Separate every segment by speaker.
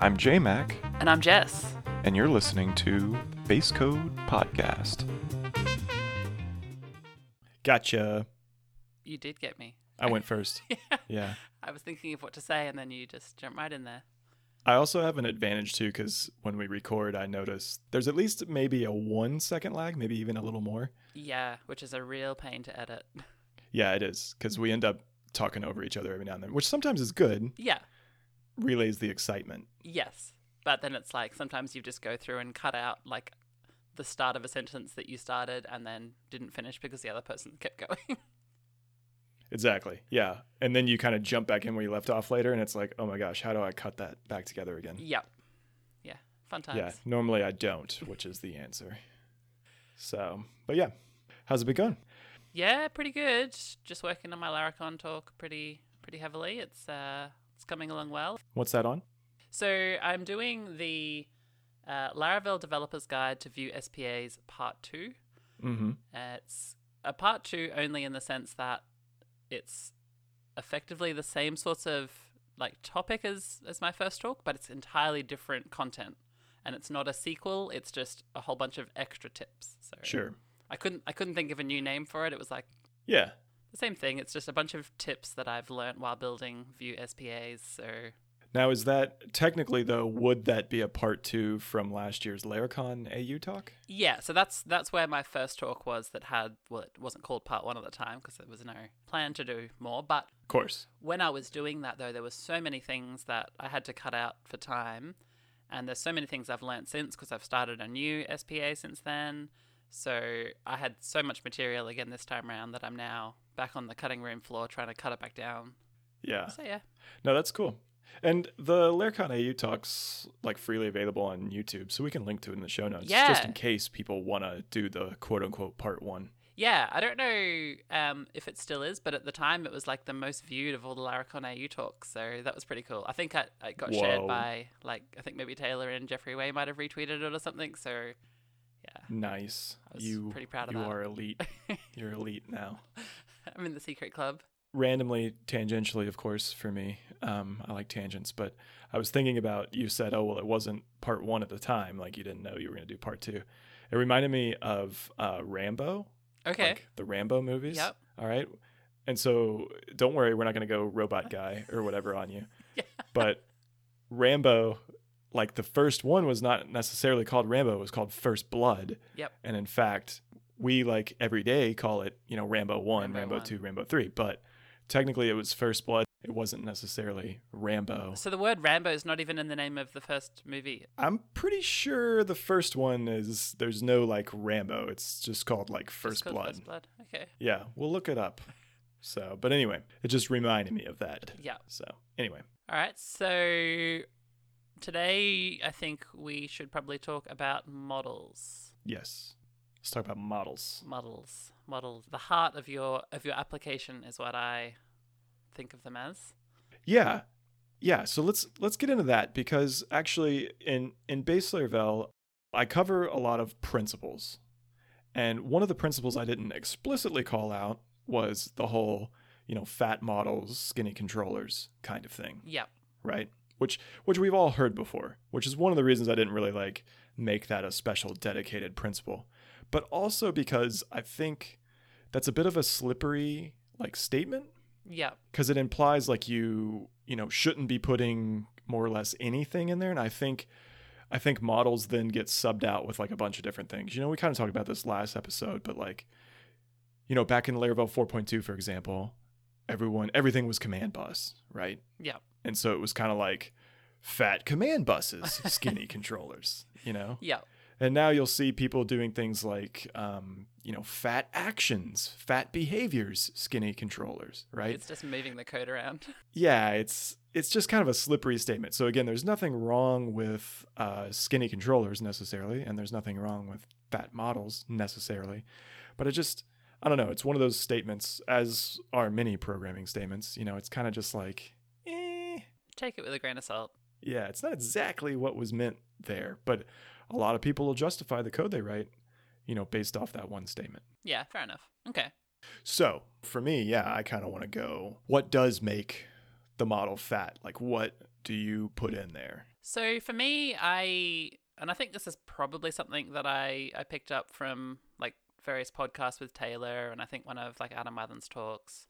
Speaker 1: I'm J Mac,
Speaker 2: And I'm Jess.
Speaker 1: and you're listening to Base Code Podcast.
Speaker 3: Gotcha.
Speaker 2: You did get me.
Speaker 3: I went first. yeah.
Speaker 2: I was thinking of what to say, and then you just jumped right in there.
Speaker 3: I also have an advantage too because when we record, I notice there's at least maybe a one second lag, maybe even a little more.
Speaker 2: Yeah, which is a real pain to edit.
Speaker 3: Yeah, it is because we end up talking over each other every now and then, which sometimes is good,
Speaker 2: Yeah,
Speaker 3: relays the excitement.
Speaker 2: yes. But then it's like sometimes you just go through and cut out like the start of a sentence that you started and then didn't finish because the other person kept going.
Speaker 3: Exactly. Yeah. And then you kind of jump back in where you left off later, and it's like, oh my gosh, how do I cut that back together again?
Speaker 2: yep. Yeah. Fun times.
Speaker 3: Yeah. Normally I don't, which is the answer. So, but yeah, how's it been going?
Speaker 2: Yeah, pretty good. Just working on my Laricon talk pretty pretty heavily. It's uh it's coming along well.
Speaker 3: What's that on?
Speaker 2: So I'm doing the uh, Laravel Developer's Guide to Vue SPAs Part 2.
Speaker 3: Mm hmm.
Speaker 2: Uh, It's a Part 2 only in the sense that it's effectively the same sorts of like topic as, as my first talk, but it's entirely different content. And it's not a sequel, it's just a whole bunch of extra tips. So
Speaker 3: Sure.
Speaker 2: I couldn't I couldn't think of a new name for it. It was like
Speaker 3: Yeah.
Speaker 2: the same thing. It's just a bunch of tips that I've learnt while building Vue SPAs. So
Speaker 3: Now, is that technically though? Would that be a part two from last year's Laercon AU talk?
Speaker 2: Yeah, so that's that's where my first talk was that had well, it wasn't called part one at the time because there was no plan to do more. But
Speaker 3: Of course.
Speaker 2: when I was doing that though, there were so many things that I had to cut out for time, and there's so many things I've learnt since because I've started a new SPA since then. So I had so much material again this time around that I'm now back on the cutting room floor trying to cut it back down.
Speaker 3: Yeah.
Speaker 2: So yeah,
Speaker 3: No, that's cool. And the Laercon AU talks like freely available on YouTube, so we can link to it in the show notes, just
Speaker 2: Yeah.
Speaker 3: in case people want to do the quote unquote part one.
Speaker 2: Yeah, I don't know um, if it still is, but at the time it was like the most viewed of all the Laricon AU talks, so that was pretty cool. I think I, it got shared
Speaker 3: Whoa.
Speaker 2: by like I think maybe Taylor and Jeffrey Way might have retweeted it or something. So
Speaker 3: Nice.
Speaker 2: I was
Speaker 3: you
Speaker 2: pretty proud of
Speaker 3: you
Speaker 2: that.
Speaker 3: are elite. You're elite now.
Speaker 2: I'm in the secret club.
Speaker 3: randomly tangentially of course for me um, i like tangents but i was thinking about you said oh well it wasn't part one at the time like you didn't know you were going to do part two it reminded me of uh, rambo
Speaker 2: Okay,
Speaker 3: like the rambo movies
Speaker 2: Yep.
Speaker 3: all right and so don't worry we're not going to go robot guy or whatever on you
Speaker 2: Yeah.
Speaker 3: but rambo like the first one was not necessarily called rambo it was called first blood
Speaker 2: Yep.
Speaker 3: and in fact we like every day call it you know rambo 1
Speaker 2: Rambo
Speaker 3: rambo,
Speaker 2: 1.
Speaker 3: 2 rambo 3 but technically it was first blood it wasn't necessarily rambo
Speaker 2: so the word Rambo is not even in the name of the first movie.
Speaker 3: i'm pretty sure the first one is there's no like rambo it's just called like
Speaker 2: It's
Speaker 3: first
Speaker 2: called
Speaker 3: blood
Speaker 2: First Blood. Okay.
Speaker 3: yeah we'll look it up so but anyway it just reminded me of that
Speaker 2: Yeah.
Speaker 3: so anyway
Speaker 2: All right. So today I think we should probably talk about models.
Speaker 3: yes let's talk about models
Speaker 2: models models the heart of your of your application is what i think of them as
Speaker 3: Yeah. Yeah, so let's let's get into that because actually in in base Laravel, I cover a lot of principles. And one of the principles I didn't explicitly call out was the whole, you know, fat models, skinny controllers kind of thing,
Speaker 2: yep
Speaker 3: right? Which which we've all heard before, which is one of the reasons I didn't really like make that a special dedicated principle. But also because I think that's a bit of a slippery like statement
Speaker 2: yep
Speaker 3: because it implies like you you know shouldn't be putting more or less anything in there and i think i think models then get subbed out with like a bunch of different things you know we kind of talked about this last episode but like you know back in laravel 4.2 for example everyone everything was command bus right
Speaker 2: yep
Speaker 3: and so it was kind of like fat command buses skinny controllers you know
Speaker 2: yep
Speaker 3: and now you'll see people doing things like um, you know fat actions fat behaviors skinny controllers right
Speaker 2: it's just moving the code around
Speaker 3: yeah, it's it's just kind of a slippery statement. So again, there's nothing wrong with uh, skinny controllers necessarily, and there's nothing wrong with fat models necessarily, but it just I don't know. It's one of those statements, as are many programming statements. You know, it's kind of just like, eh,
Speaker 2: take it with a grain of salt
Speaker 3: yeah, it's not exactly what was meant there, but a lot of people will justify the code they write, you know, based off that one statement.
Speaker 2: yeah fair enough okay
Speaker 3: So for me, yeah, I kind of want to go. What does make the model fat? Like, what do you put in there?
Speaker 2: So for me, I and I think this is probably something that I I picked up from like various podcasts with Taylor, and I think one of like Adam Mathen's talks.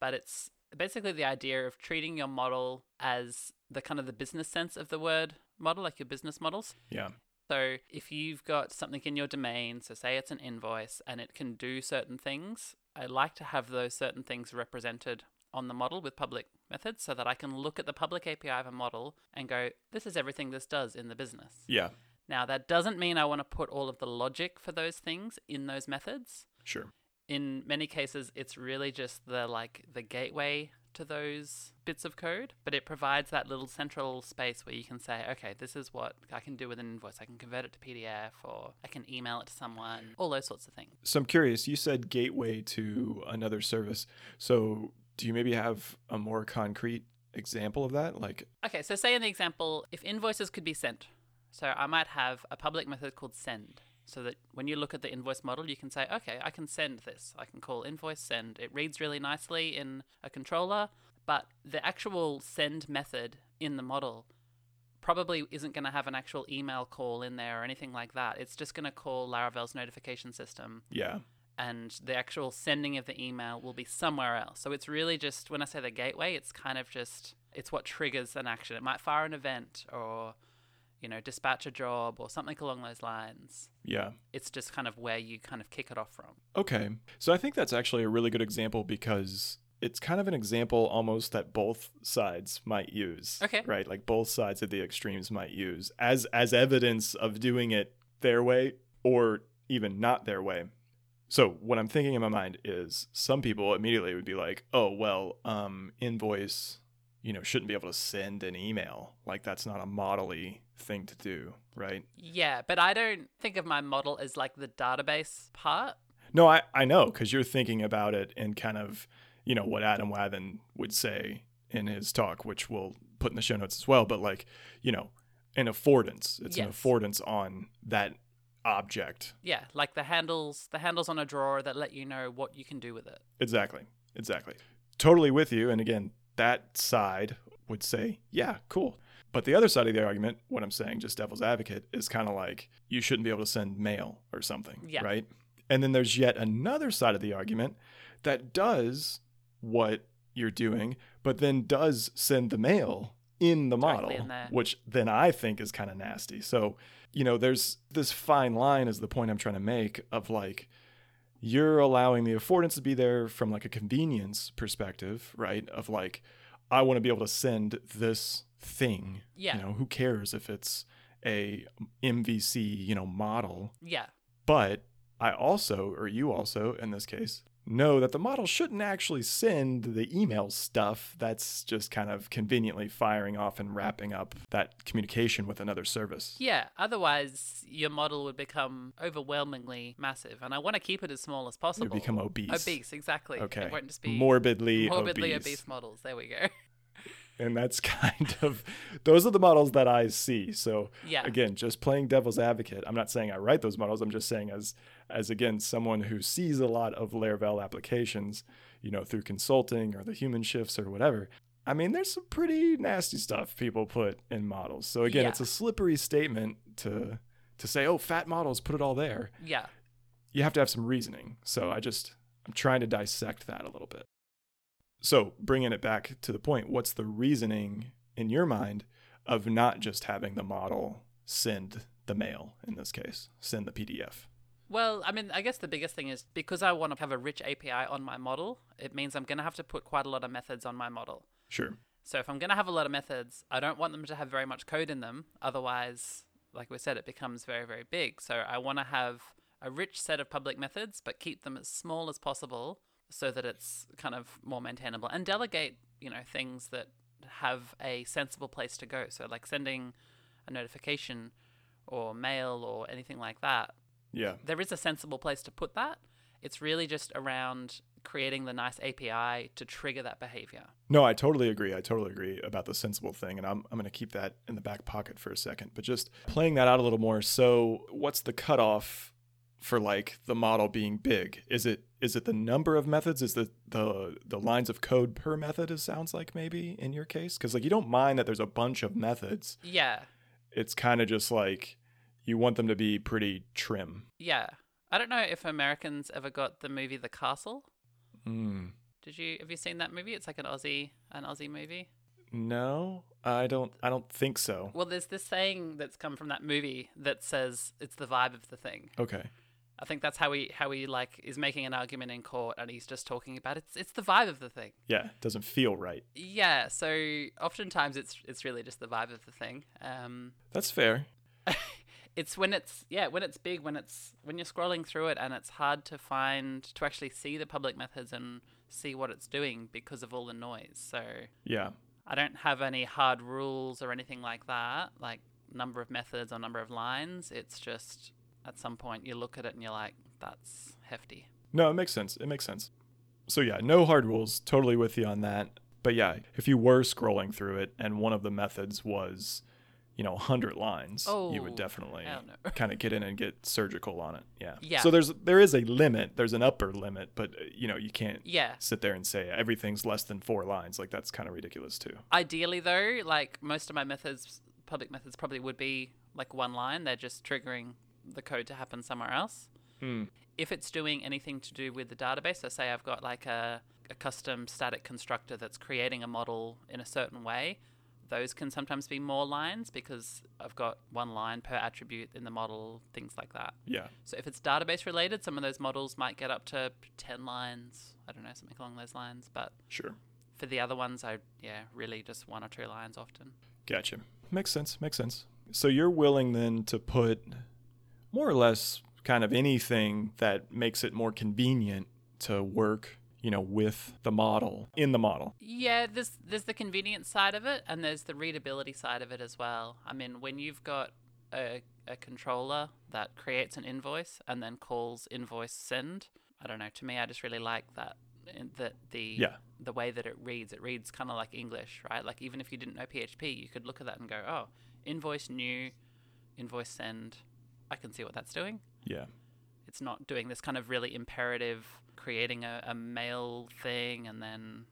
Speaker 2: But it's basically the idea of treating your model as the kind of the business sense of the word model, like your business models.
Speaker 3: Yeah.
Speaker 2: So if you've got something in your domain, so say it's an invoice and it can do certain things, I like to have those certain things represented on the model with public methods so that I can look at the public API of a model and go, this is everything this does in the business.
Speaker 3: Yeah.
Speaker 2: Now, that doesn't mean I want to put all of the logic for those things in those methods.
Speaker 3: Sure.
Speaker 2: In many cases, it's really just the like the gateway to those bits of code, but it provides that little central space where you can say, okay, this is what I can do with an invoice. I can convert it to PDF or I can email it to someone, all those sorts of things.
Speaker 3: So I'm curious, you said gateway to another service. So do you maybe have a more concrete example of that? Like,
Speaker 2: Okay, so say in the example, if invoices could be sent, so I might have a public method called send, so that when you look at the invoice model, you can say, okay, I can send this. I can call invoice send. It reads really nicely in a controller, but the actual send method in the model probably isn't going to have an actual email call in there or anything like that. It's just going to call Laravel's notification system
Speaker 3: yeah.
Speaker 2: and the actual sending of the email will be somewhere else. So it's really just when I say the gateway, it's kind of just it's what triggers an action. It might fire an event or you know dispatch a job or something along those lines.
Speaker 3: Yeah.
Speaker 2: It's just kind of where you kind of kick it off from.
Speaker 3: Okay. So I think that's actually a really good example because it's kind of an example almost that both sides might use.
Speaker 2: Okay.
Speaker 3: Right? Like both sides of the extremes might use as as evidence of doing it their way or even not their way. So what I'm thinking in my mind is some people immediately would be like, "Oh, well, um invoice, you know, shouldn't be able to send an email. Like that's not a modelly thing to do, right?"
Speaker 2: Yeah, but I don't think of my model as like the database part.
Speaker 3: No, I, I know because you're thinking about it and kind of, you know, what Adam Wathen would say in his talk, which we'll put in the show notes as well. But like, you know, an affordance. It's an
Speaker 2: Yes.
Speaker 3: affordance on that object.
Speaker 2: Yeah, like the handles, the handles on a drawer that let you know what you can do with it.
Speaker 3: Exactly. Exactly. Totally with you. And again, that side would say, yeah, cool. But the other side of the argument, what I'm saying, just devil's advocate, is kind of like you shouldn't be able to send mail or something,
Speaker 2: Yeah.
Speaker 3: right? And then there's yet another side of the argument that does what you're doing, but then does send the mail in the
Speaker 2: Directly
Speaker 3: model,
Speaker 2: in there.
Speaker 3: which then I think is kind of nasty. So, you know, there's this fine line is the point I'm trying to make of like you're allowing the affordance to be there from like a convenience perspective, right? Of like, I want to be able to send this thing.
Speaker 2: Yeah.
Speaker 3: You know, who cares if it's a MVC, you know, model?
Speaker 2: Yeah.
Speaker 3: But I also, or you also in this case, know that the model shouldn't actually send the email stuff. That's just kind of conveniently firing off and wrapping up that communication with another service.
Speaker 2: Yeah, otherwise your model would become overwhelmingly massive, and I want to keep it as small as
Speaker 3: You
Speaker 2: possible.
Speaker 3: become obese.
Speaker 2: obese, exactly.
Speaker 3: Okay.
Speaker 2: it won't just be
Speaker 3: morbidly,
Speaker 2: morbidly
Speaker 3: obese.
Speaker 2: obese. models. There we go.
Speaker 3: and that's kind of those are the models that I see. So
Speaker 2: Yeah.
Speaker 3: again, just playing devil's advocate. I'm not saying I write those models. I'm just saying as as again someone who sees a lot of Laravel applications, you know, through consulting or the human shifts or whatever. I mean, there's some pretty nasty stuff people put in models. So again,
Speaker 2: Yeah.
Speaker 3: it's a slippery statement to to say, "Oh, fat models, put it all there."
Speaker 2: Yeah,
Speaker 3: you have to have some reasoning. So I just I'm trying to dissect that a little bit. So bringing it back to the point, what's the reasoning in your mind of not just having the model send the mail in this case, send the PDF?
Speaker 2: Well, I mean, I guess the biggest thing is because I want to have a rich API on my model, it means I'm going to have to put quite a lot of methods on my model.
Speaker 3: Sure.
Speaker 2: So if I'm going to have a lot of methods, I don't want them to have very much code in them. Otherwise, like we said, it becomes very, very big. So I want to have a rich set of public methods, but keep them as small as possible so that it's kind of more maintainable and delegate, you know, things that have a sensible place to go. So like sending a notification or mail or anything like that
Speaker 3: Yeah.
Speaker 2: there is a sensible place to put that. It's really just around creating the nice API to trigger that behavior.
Speaker 3: No, I totally agree. I totally agree about the sensible thing. And I'm, I'm going to keep that in the back pocket for a second. But just playing that out a little more. So, what's the cutoff for like the model being big? Is it is it the number of methods? Is the the the lines of code per method? It sounds like maybe in your case because like you don't mind that there's a bunch of methods.
Speaker 2: Yeah.
Speaker 3: It's kind of just like you want them to be pretty trim.
Speaker 2: Yeah. I don't know if Americans ever got the movie The Castle.
Speaker 3: Mm.
Speaker 2: Did you have you seen that movie? It's like an Aussie an Aussie movie.
Speaker 3: No, I don't. I don't think so.
Speaker 2: Well, there's this saying that's come from that movie that says it's the vibe of the thing.
Speaker 3: Okay.
Speaker 2: I think that's how he how he like is making an argument in court and he's just talking about it's it's the vibe of the thing.
Speaker 3: Yeah, doesn't feel right.
Speaker 2: Yeah, so oftentimes it's it's really just the vibe of the thing. Um
Speaker 3: That's fair.
Speaker 2: it's when it's yeah, when it's big, when it's when you're scrolling through it and it's hard to find to actually see the public methods and see what it's doing because of all the noise. So
Speaker 3: Yeah.
Speaker 2: I don't have any hard rules or anything like that, like number of methods or number of lines. It's just at some point you look at it and you're like, that's hefty.
Speaker 3: No, it makes sense. It makes sense. So yeah, no hard rules. Totally with you on that. But yeah, if you were scrolling through it and one of the methods was, you know, 100 lines, you
Speaker 2: Oh,
Speaker 3: would definitely
Speaker 2: hell no.
Speaker 3: kind of get in and get surgical on it. Yeah.
Speaker 2: Yeah.
Speaker 3: So there's there is a limit. There's an upper limit, but uh, you know, you can't
Speaker 2: Yeah.
Speaker 3: sit there and say everything's less than 4 lines. Like that's kind of ridiculous too.
Speaker 2: Ideally, though, like most of my methods, public methods probably would be like one line. They're just triggering the code to happen somewhere else.
Speaker 3: Hmm.
Speaker 2: If it's doing anything to do with the database, so say I've got like a, a custom static constructor that's creating a model in a certain way, those can sometimes be more lines because I've got one line per attribute in the model, things like that.
Speaker 3: Yeah.
Speaker 2: So if it's database related, some of those models might get up to 10 lines. I don't know, something along those lines. But
Speaker 3: Sure.
Speaker 2: for the other ones, I yeah, really just one or two lines often.
Speaker 3: Gotcha. Makes sense. Makes sense. So you're willing then to put more or less kind of anything that makes it more convenient to work, you know, with the model in the model.
Speaker 2: Yeah, there's there's the convenience side of it, and there's the readability side of it as well. I mean, when you've got a a controller that creates an invoice and then calls invoice send, I don't know. To me, I just really like that in- that the
Speaker 3: Yeah.
Speaker 2: the way that it reads. It reads kind of like English, right? Like even if you didn't know PHP, you could look at that and go, oh, invoice new, invoice send. I can see what that's doing.
Speaker 3: Yeah.
Speaker 2: It's not doing this kind of really imperative creating a, a mail thing and then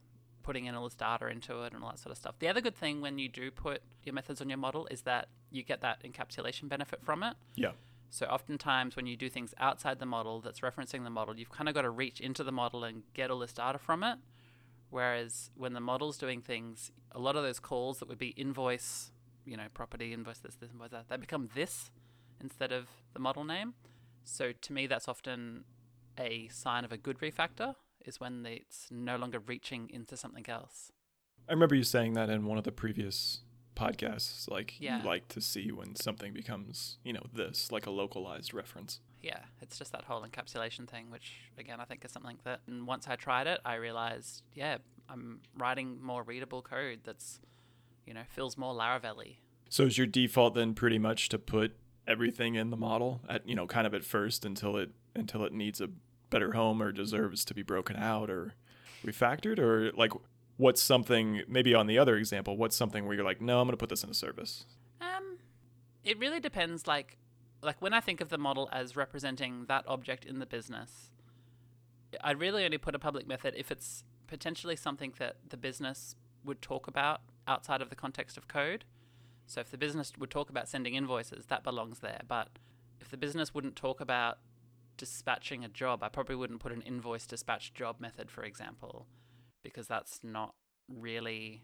Speaker 2: putting in all this data into it and all that sort of stuff. The other good thing when you do put your methods on your model is that you get that encapsulation benefit from it.
Speaker 3: Yeah.
Speaker 2: So oftentimes when you do things outside the model that's referencing the model, you've kind of got to reach into the model and get all this data from it. Whereas when the model's doing things, a lot of those calls that would be invoice, you know, property invoice this, this invoice that, they become this instead of the model name. So to me, that's often a sign of a good refactor is when the- it's no longer reaching into something else.
Speaker 3: I remember you saying that in one of the previous podcasts like
Speaker 2: Yeah.
Speaker 3: you like to see when something becomes, you know, this like a localized reference.
Speaker 2: Yeah, it's just that whole encapsulation thing, which again I think is something that. And once I tried it, I realized, yeah, I'm writing more readable code that's, you know, feels more Laravel-y.
Speaker 3: So is your default then pretty much to put everything in the model at you know kind of at first until it until it needs a better home or deserves to be broken out or refactored or like what's something maybe on the other example what's something where you're like no I'm going to put this in a service.
Speaker 2: Um, it really depends. Like, like when I think of the model as representing that object in the business, I really only put a public method if it's potentially something that the business would talk about outside of the context of code. So if the business would talk about sending invoices, that belongs there. But if the business wouldn't talk about dispatching a job, I probably wouldn't put an invoice dispatch job method, for example, because that's not really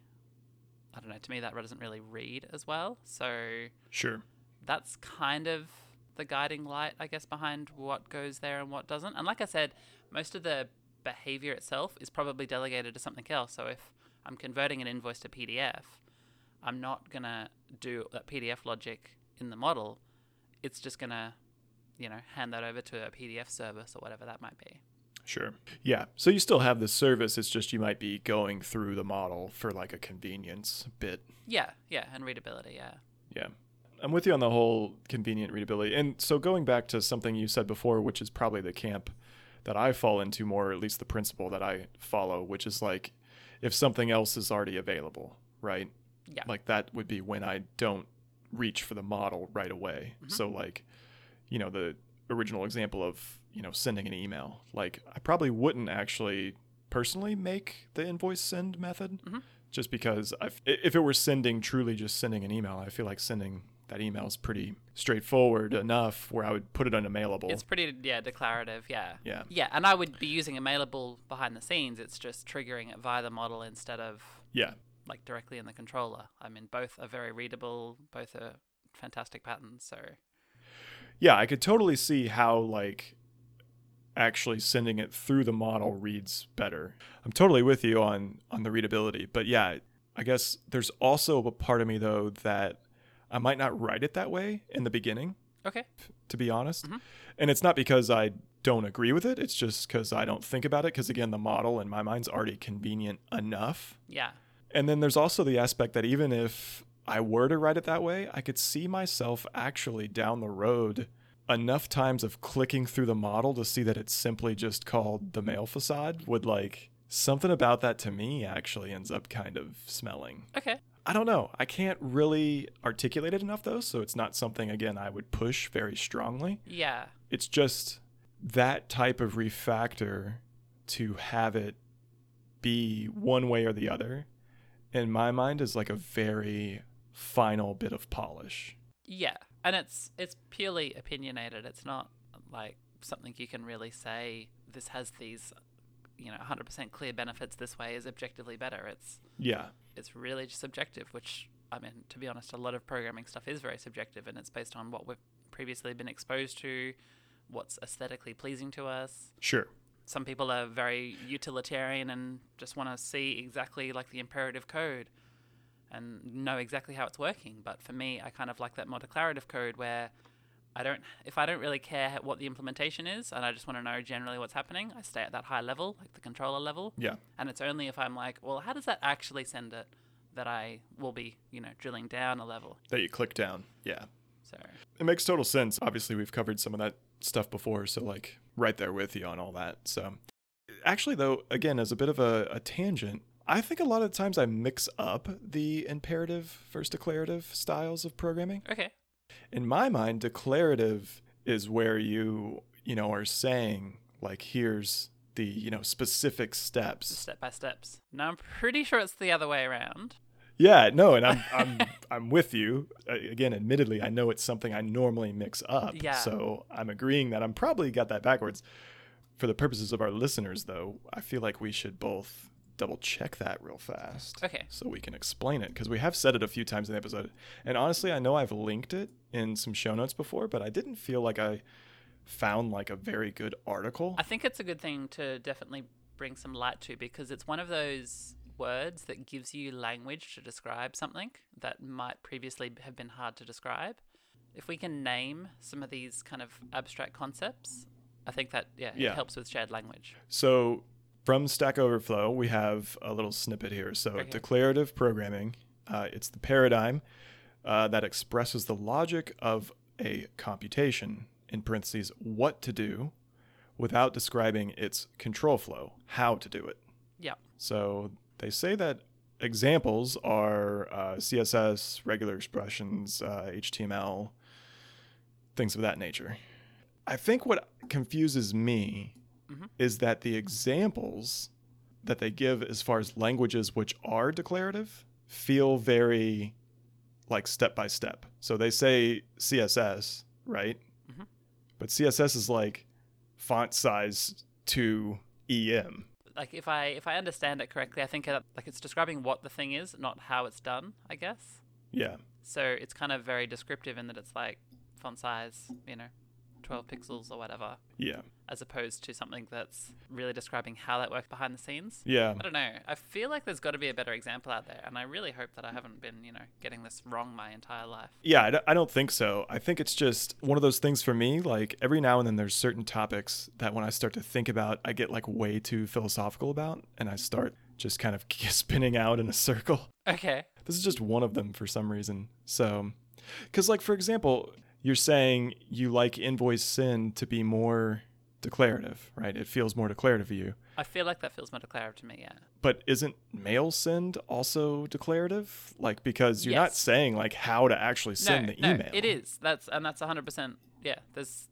Speaker 2: I don't know, to me that doesn't really read as well. So
Speaker 3: Sure.
Speaker 2: that's kind of the guiding light, I guess, behind what goes there and what doesn't. And like I said, most of the behavior itself is probably delegated to something else. So if I'm converting an invoice to PDF, I'm not going to do that PDF logic in the model. It's just going to, you know, hand that over to a PDF service or whatever that might be.
Speaker 3: Sure. Yeah. So you still have the service it's just you might be going through the model for like a convenience bit.
Speaker 2: Yeah, yeah, and readability, yeah.
Speaker 3: Yeah. I'm with you on the whole convenient readability. And so going back to something you said before, which is probably the camp that I fall into more, or at least the principle that I follow, which is like if something else is already available, right?
Speaker 2: Yeah.
Speaker 3: Like that would
Speaker 2: Mm-hmm.
Speaker 3: be when I don't reach for the model right away. So like, you know, the original example of you know sending an email like i probably wouldn't actually personally make the invoice send method
Speaker 2: Mhm.
Speaker 3: just because i if it were sending truly just sending an email i feel like sending that email is pretty straightforward enough where i would put it on a mailable
Speaker 2: Mm-hmm. It's pretty, yeah, declarative, yeah.
Speaker 3: yeah
Speaker 2: Yeah, and I would be using a mailable behind the scenes. It's just triggering it via the model instead of
Speaker 3: yeah
Speaker 2: like directly in the controller. I mean, both are very readable. Both are fantastic patterns. So
Speaker 3: yeah i could totally see how like actually sending it through the model reads better i'm totally with you on on the readability but yeah i guess there's also a part of me though that i might not write it that way in the beginning
Speaker 2: okay,
Speaker 3: to be honest
Speaker 2: Mhm.
Speaker 3: and it's not because i don't agree with it it's just because i don't think about it because again the model in my mind's already convenient enough
Speaker 2: yeah,
Speaker 3: and then there's also the aspect that even if I were to write it that way, I could see myself actually down the road enough times of clicking through the model to see that it's simply just called the male facade would like something about that to me actually ends up kind of smelling.
Speaker 2: okay,
Speaker 3: I don't know. I can't really articulate it enough though, so it's not something again I would push very strongly
Speaker 2: yeah,
Speaker 3: it's just that type of refactor to have it be one way or the other in my mind is like a very final bit of polish
Speaker 2: yeah. And it's it's purely opinionated. It's not like something you can really say. This has these, you know, 100% clear benefits. This way is objectively better. It's
Speaker 3: yeah
Speaker 2: it's really just subjective, which I mean, to be honest, a lot of programming stuff is very subjective and it's based on what we've previously been exposed to, what's aesthetically pleasing to us.
Speaker 3: sure
Speaker 2: Some people are very utilitarian and just want to see exactly like the imperative code and know exactly how it's working. But for me, I kind of like that more declarative code where I don't, if I don't really care what the implementation is and I just want to know generally what's happening, I stay at that high level, like the controller level.
Speaker 3: yeah
Speaker 2: And it's only if I'm like, well, how does that actually send it that I will be, you know, drilling down a level.
Speaker 3: that you click down yeah
Speaker 2: So,
Speaker 3: it makes total sense obviously we've covered some of that stuff before so like right there with you on all that so actually though again as a bit of a, a tangent i think a lot of times i mix up the imperative versus declarative styles of programming
Speaker 2: okay.
Speaker 3: in my mind declarative is where you you know are saying like here's the you know specific steps
Speaker 2: Step by steps. Now, I'm pretty sure it's the other way around.
Speaker 3: yeah no and i'm i'm i'm with you Uh, again admittedly i know it's something i normally mix up
Speaker 2: Yeah.
Speaker 3: so i'm agreeing that i'm probably got that backwards for the purposes of our listeners though i feel like we should both double check that real fast
Speaker 2: Okay.
Speaker 3: so we can explain it because we have said it a few times in the episode and honestly i know i've linked it in some show notes before but i didn't feel like i found like a very good article
Speaker 2: I think it's a good thing to definitely bring some light to because it's one of those words that gives you language to describe something that might previously have been hard to describe. If we can name some of these kind of abstract concepts, I think that, yeah,
Speaker 3: Yeah.
Speaker 2: it helps with shared language.
Speaker 3: So from Stack Overflow, we have a little snippet here. So
Speaker 2: Okay.
Speaker 3: declarative programming, uh, it's the paradigm uh, that expresses the logic of a computation in parentheses what to do without describing its control flow, how to do it.
Speaker 2: Yeah.
Speaker 3: So they say that examples are uh, CSS, regular expressions, uh, HTML, things of that nature. I think what confuses me
Speaker 2: Mhm.
Speaker 3: is that the examples that they give as far as languages which are declarative feel very like step by step. So they say CSS, right?
Speaker 2: Mhm.
Speaker 3: But CSS is like font size E to EM.
Speaker 2: like if I if I understand it correctly, I think it, like it's describing what the thing is, not how it's done. I guess.
Speaker 3: Yeah.
Speaker 2: So it's kind of very descriptive in that it's like font size, you know, twelve pixels or whatever,
Speaker 3: Yeah.
Speaker 2: as opposed to something that's really describing how that works behind the scenes.
Speaker 3: Yeah.
Speaker 2: I don't know. I feel like there's got to be a better example out there, and I really hope that I haven't been, you know, getting this wrong my entire life.
Speaker 3: Yeah, I don't- I don't think so. I think it's just one of those things for me. Like every now and then, there's certain topics that when I start to think about, I get like way too philosophical about, and I start just kind of spinning out in a circle.
Speaker 2: Okay.
Speaker 3: This is just one of them for some reason. So, because like for example, you're saying you like invoice send to be more declarative, right? It feels more declarative to you.
Speaker 2: I feel like that feels more declarative to me. Yeah.
Speaker 3: But isn't mail send also declarative? Like because you're not
Speaker 2: Yes.
Speaker 3: saying like how to actually send
Speaker 2: no,
Speaker 3: the
Speaker 2: no,
Speaker 3: email.
Speaker 2: it is. That's and that's hundred percent. Yeah. There's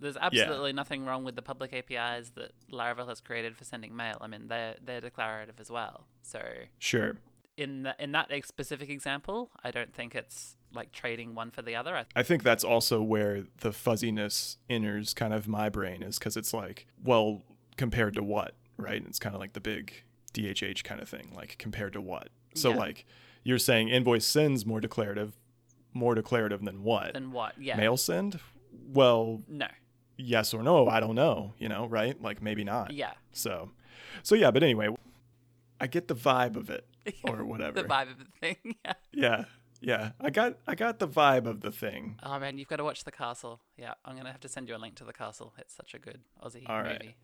Speaker 2: there's absolutely nothing wrong with the public APIs that Laravel has created for sending mail. I mean, they're they're declarative as well. So
Speaker 3: Sure.
Speaker 2: in the, in that ex- specific example, I don't think it's like trading one for the other. I,
Speaker 3: I think that's also where the fuzziness enters kind of my brain is because it's like, well, compared to what, right? And it's kind of like the big DHH kind of thing, like compared to what. So
Speaker 2: Yeah.
Speaker 3: like you're saying invoice sends more declarative, more declarative than what?
Speaker 2: then what? Yeah.
Speaker 3: Mail send? Well,
Speaker 2: No.
Speaker 3: yes or no, I don't know, you know, right? Like maybe not.
Speaker 2: Yeah.
Speaker 3: So, so yeah, but anyway, I get the vibe of it or whatever.
Speaker 2: the vibe of the thing. Yeah.
Speaker 3: Yeah. Yeah. I got I got the vibe of the thing.
Speaker 2: Oh man, you've got to watch The Castle. Yeah, I'm gonna have to send you a link to The Castle. It's such a good Aussie
Speaker 3: All
Speaker 2: movie.
Speaker 3: right.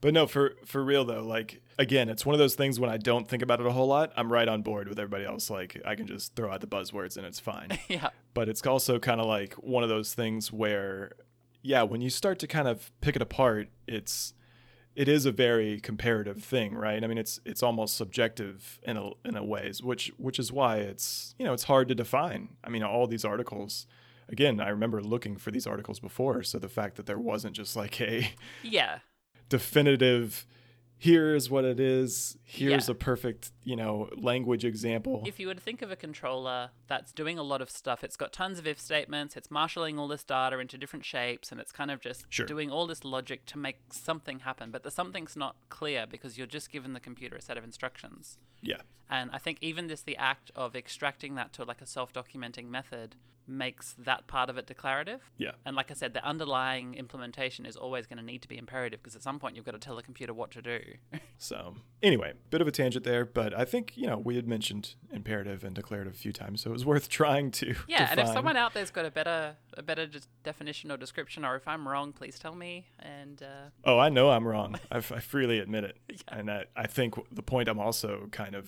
Speaker 3: But no, for for real though, like again, it's one of those things when I don't think about it a whole lot, I'm right on board with everybody else. Like I can just throw out the buzzwords and it's fine.
Speaker 2: Yeah.
Speaker 3: but it's also kind of like one of those things where yeah, when you start to kind of pick it apart, it's it is a very comparative thing, right? I mean, it's it's almost subjective in a in a ways, which which is why it's you know it's hard to define. I mean, all these articles. Again, I remember looking for these articles before, so the fact that there wasn't just like a
Speaker 2: Yeah.
Speaker 3: definitive here is what it is here's
Speaker 2: Yeah.
Speaker 3: a perfect you know language example
Speaker 2: If you were to think of a controller that's doing a lot of stuff, it's got tons of if statements, it's marshaling all this data into different shapes, and it's kind of just
Speaker 3: Sure.
Speaker 2: doing all this logic to make something happen. But the something's not clear because you're just giving the computer a set of instructions.
Speaker 3: yeah
Speaker 2: And I think even this, the act of extracting that to like a self documenting method, makes that part of it declarative.
Speaker 3: yeah
Speaker 2: And like I said, the underlying implementation is always going to need to be imperative because at some point you've got to tell the computer what to do.
Speaker 3: so anyway bit of a tangent there but i think you know we had mentioned imperative and declarative a few times so it was worth trying to
Speaker 2: yeah, and if
Speaker 3: define.
Speaker 2: someone out there's got a better a better just definition or description, or if I'm wrong, please tell me. And uh,
Speaker 3: oh i know i'm wrong I, f- I freely admit it and I, I think the point i'm also kind of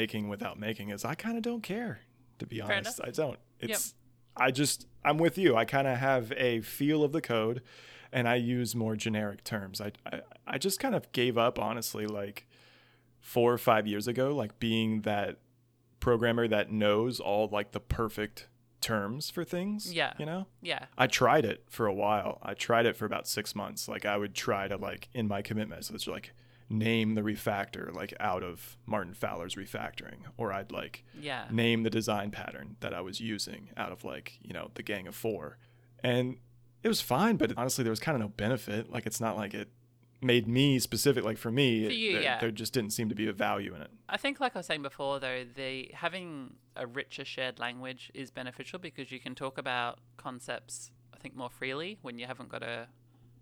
Speaker 3: making without making is i kind of don't care to be honest i don't it's i just i'm with you i kind of have a feel of the code and i use more generic terms i i, I just kind of gave up honestly like four or five years ago like being that programmer that knows all like the perfect terms for things
Speaker 2: Yeah.
Speaker 3: you know
Speaker 2: yeah,
Speaker 3: I tried it for a while. I tried it for about six months. Like I would try to like in my commitment message like name the refactor like out of Martin Fowler's refactoring, or I'd like
Speaker 2: yeah,
Speaker 3: name the design pattern that I was using out of like you know the Gang of Four, and it was fine. But honestly, there was kind of no benefit. Like it's not like it made me specific. Like for me,
Speaker 2: For you,
Speaker 3: it, there,
Speaker 2: yeah.
Speaker 3: there just didn't seem to be a value in it.
Speaker 2: I think, like I was saying before, though, the having a richer shared language is beneficial because you can talk about concepts, I think, more freely when you haven't got a,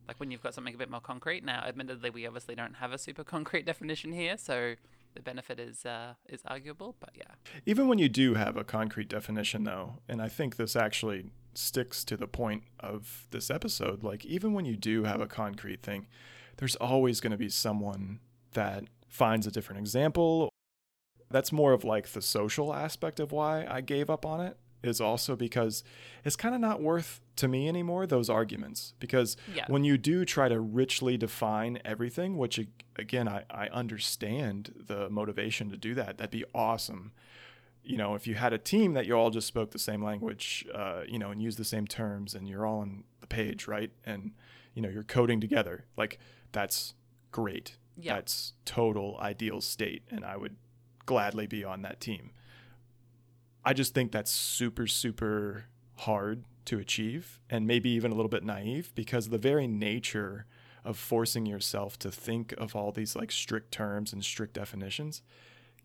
Speaker 2: like when you've got something a bit more concrete. Now, admittedly, we obviously don't have a super concrete definition here, so the benefit is uh, is arguable. But yeah,
Speaker 3: Even when you do have a concrete definition, though, and I think this actually sticks to the point of this episode, like, even when you do have a concrete thing, there's always going to be someone that finds a different example. That's more of like the social aspect of why I gave up on it, is also because it's kind of not worth to me anymore those arguments. Because
Speaker 2: yeah,
Speaker 3: when you do try to richly define everything which ag- again I, I understand the motivation to do that that'd be awesome you know if you had a team that you all just spoke the same language uh, you know and used the same terms and you're all on the page right and you know you're coding together like that's great
Speaker 2: yeah.
Speaker 3: that's total ideal state and i would gladly be on that team i just think that's super super hard to achieve and maybe even a little bit naive because the very nature of forcing yourself to think of all these like strict terms and strict definitions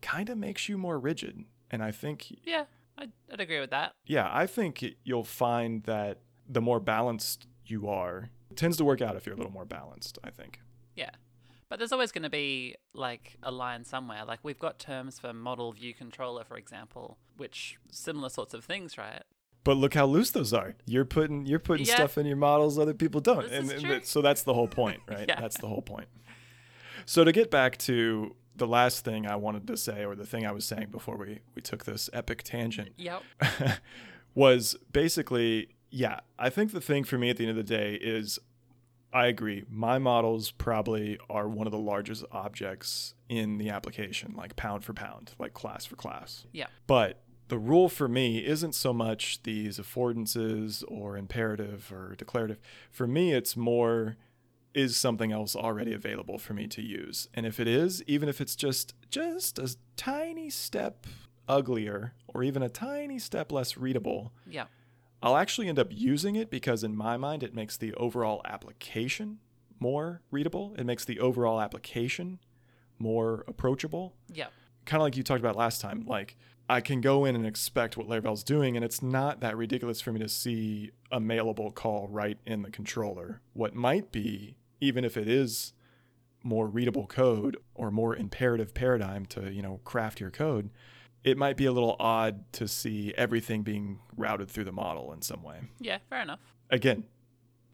Speaker 3: kind of makes you more rigid and i think
Speaker 2: Yeah, I'd, I'd agree with that.
Speaker 3: yeah, I think it- you'll find that the more balanced you are, it tends to work out if you're a little more balanced, I think.
Speaker 2: Yeah. But there's always going to be like a line somewhere. Like we've got terms for model view controller, for example, which similar sorts of things, right?
Speaker 3: But look how loose those are. You're putting you're putting
Speaker 2: Yeah.
Speaker 3: stuff in your models other people don't.
Speaker 2: This is
Speaker 3: and
Speaker 2: true.
Speaker 3: and so that's the whole point, right?
Speaker 2: Yeah.
Speaker 3: That's the whole point. So to get back to the last thing I wanted to say or the thing I was saying before we we took this epic tangent
Speaker 2: Yep.
Speaker 3: was basically, yeah, I think the thing for me at the end of the day is I agree. My models probably are one of the largest objects in the application, like pound for pound, like class for class.
Speaker 2: Yeah.
Speaker 3: But the rule for me isn't so much these affordances or imperative or declarative. For me, it's more is something else already available for me to use? And if it is, even if it's just just a tiny step uglier or even a tiny step less readable,
Speaker 2: Yeah.
Speaker 3: I'll actually end up using it because in my mind it makes the overall application more readable. It makes the overall application more approachable
Speaker 2: Yeah.
Speaker 3: kind of like you talked about last time, like I can go in and expect what Laravel's doing, and it's not that ridiculous for me to see a mailable call right in the controller. What might be, even if it is more readable code or more imperative paradigm to, you know, craft your code, it might be a little odd to see everything being routed through the model in some way.
Speaker 2: Yeah. Fair enough.
Speaker 3: Again,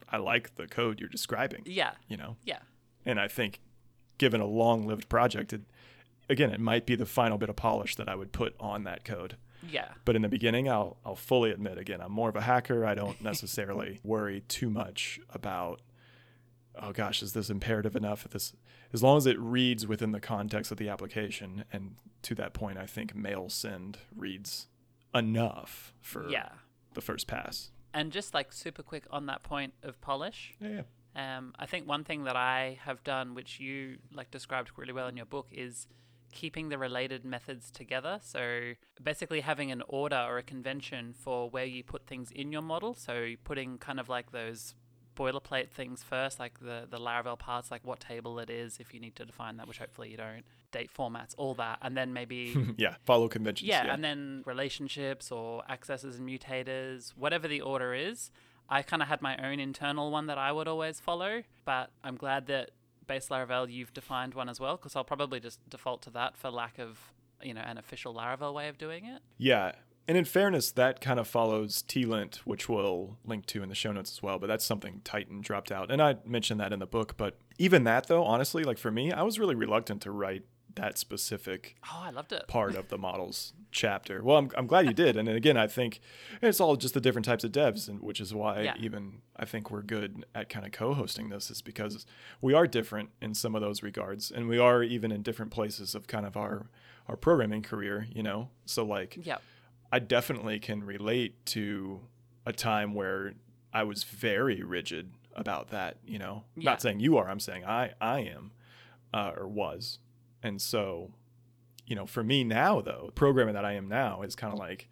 Speaker 3: I like the code you're describing,
Speaker 2: Yeah.
Speaker 3: you know.
Speaker 2: Yeah.
Speaker 3: And I think, given a long lived project, it, again, it might be the final bit of polish that I would put on that code.
Speaker 2: Yeah.
Speaker 3: But in the beginning, I'll, I'll fully admit again, I'm more of a hacker. I don't necessarily worry too much about, oh gosh, is this imperative enough? If This, as long as it reads within the context of the application. And to that point, I think mail send reads enough for
Speaker 2: Yeah.
Speaker 3: the first pass.
Speaker 2: And just like super quick on that point of polish,
Speaker 3: Yeah, yeah.
Speaker 2: Um, I think one thing that I have done, which you like described really well in your book, is keeping the related methods together. So basically having an order or a convention for where you put things in your model. So putting kind of like those boilerplate things first, like the the Laravel parts, like what table it is, if you need to define that, which hopefully you don't, date formats, all that, and then maybe
Speaker 3: yeah, follow conventions.
Speaker 2: yeah, and then relationships or accesses and mutators, whatever the order is. I kind of had my own internal one that I would always follow, but I'm glad that base Laravel you've defined one as well because I'll probably just default to that for lack of you know an official Laravel way of doing it.
Speaker 3: Yeah. And in fairness, that kind of follows TLint, which we'll link to in the show notes as well. But that's something Titan dropped out. And I mentioned that in the book. But even that, though, honestly, like for me, I was really reluctant to write that specific
Speaker 2: Oh, I loved it.
Speaker 3: part of the models chapter. Well, I'm, I'm glad you did. And again, I think it's all just the different types of devs, and which is why
Speaker 2: Yeah.
Speaker 3: even I think we're good at kind of co-hosting this is because we are different in some of those regards, and we are even in different places of kind of our our programming career. You know, so like
Speaker 2: Yeah,
Speaker 3: I definitely can relate to a time where I was very rigid about that, you know.
Speaker 2: Yeah.
Speaker 3: Not saying you are, I'm saying I I am uh, or was. And so, you know, for me now though, programming that I am now is kind of like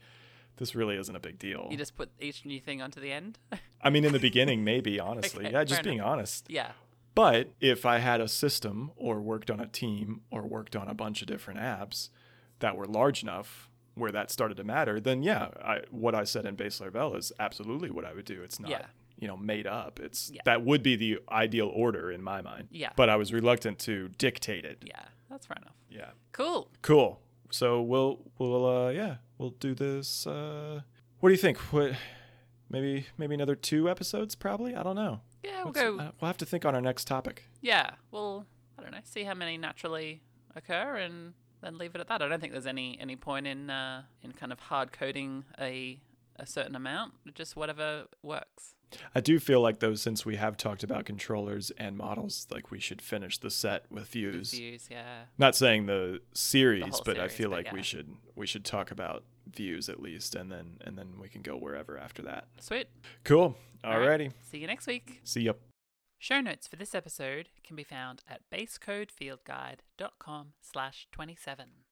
Speaker 3: this really isn't a big deal.
Speaker 2: you just put each new thing onto the end.
Speaker 3: I mean, in the beginning, maybe, honestly.
Speaker 2: Okay,
Speaker 3: yeah, just
Speaker 2: fair
Speaker 3: being honest.
Speaker 2: yeah,
Speaker 3: But if I had a system or worked on a team or worked on a bunch of different apps that were large enough where that started to matter, then yeah, I, what I said in Base Laravel is absolutely what I would do. It's not,
Speaker 2: Yeah.
Speaker 3: you know, made up. It's
Speaker 2: Yeah.
Speaker 3: that would be the ideal order in my mind.
Speaker 2: Yeah.
Speaker 3: But I was reluctant to dictate it.
Speaker 2: yeah, that's fair enough.
Speaker 3: Yeah.
Speaker 2: Cool.
Speaker 3: Cool. So we'll we'll uh yeah, we'll do this uh what do you think? What maybe maybe another two episodes probably? I don't know.
Speaker 2: Yeah, we'll
Speaker 3: Let's-
Speaker 2: go.
Speaker 3: uh, we'll have to think on our next topic.
Speaker 2: Yeah, well, I don't know. See how many naturally occur, and then leave it at that. I don't think there's any any point in uh, in kind of hard coding a a certain amount. Just whatever works.
Speaker 3: I do feel like though, since we have talked about controllers and models, like we should finish the set with views.
Speaker 2: Views, yeah,
Speaker 3: Not saying the series,
Speaker 2: whole
Speaker 3: but I
Speaker 2: series,
Speaker 3: feel
Speaker 2: but
Speaker 3: like we
Speaker 2: yeah.
Speaker 3: should we should talk about views at least, and then and then we can go wherever after that.
Speaker 2: sweet.
Speaker 3: Cool.
Speaker 2: All right.
Speaker 3: Alrighty.
Speaker 2: See you next week.
Speaker 3: See ya.
Speaker 2: Show notes for this episode can be found at basecodefieldguide.com slash 27.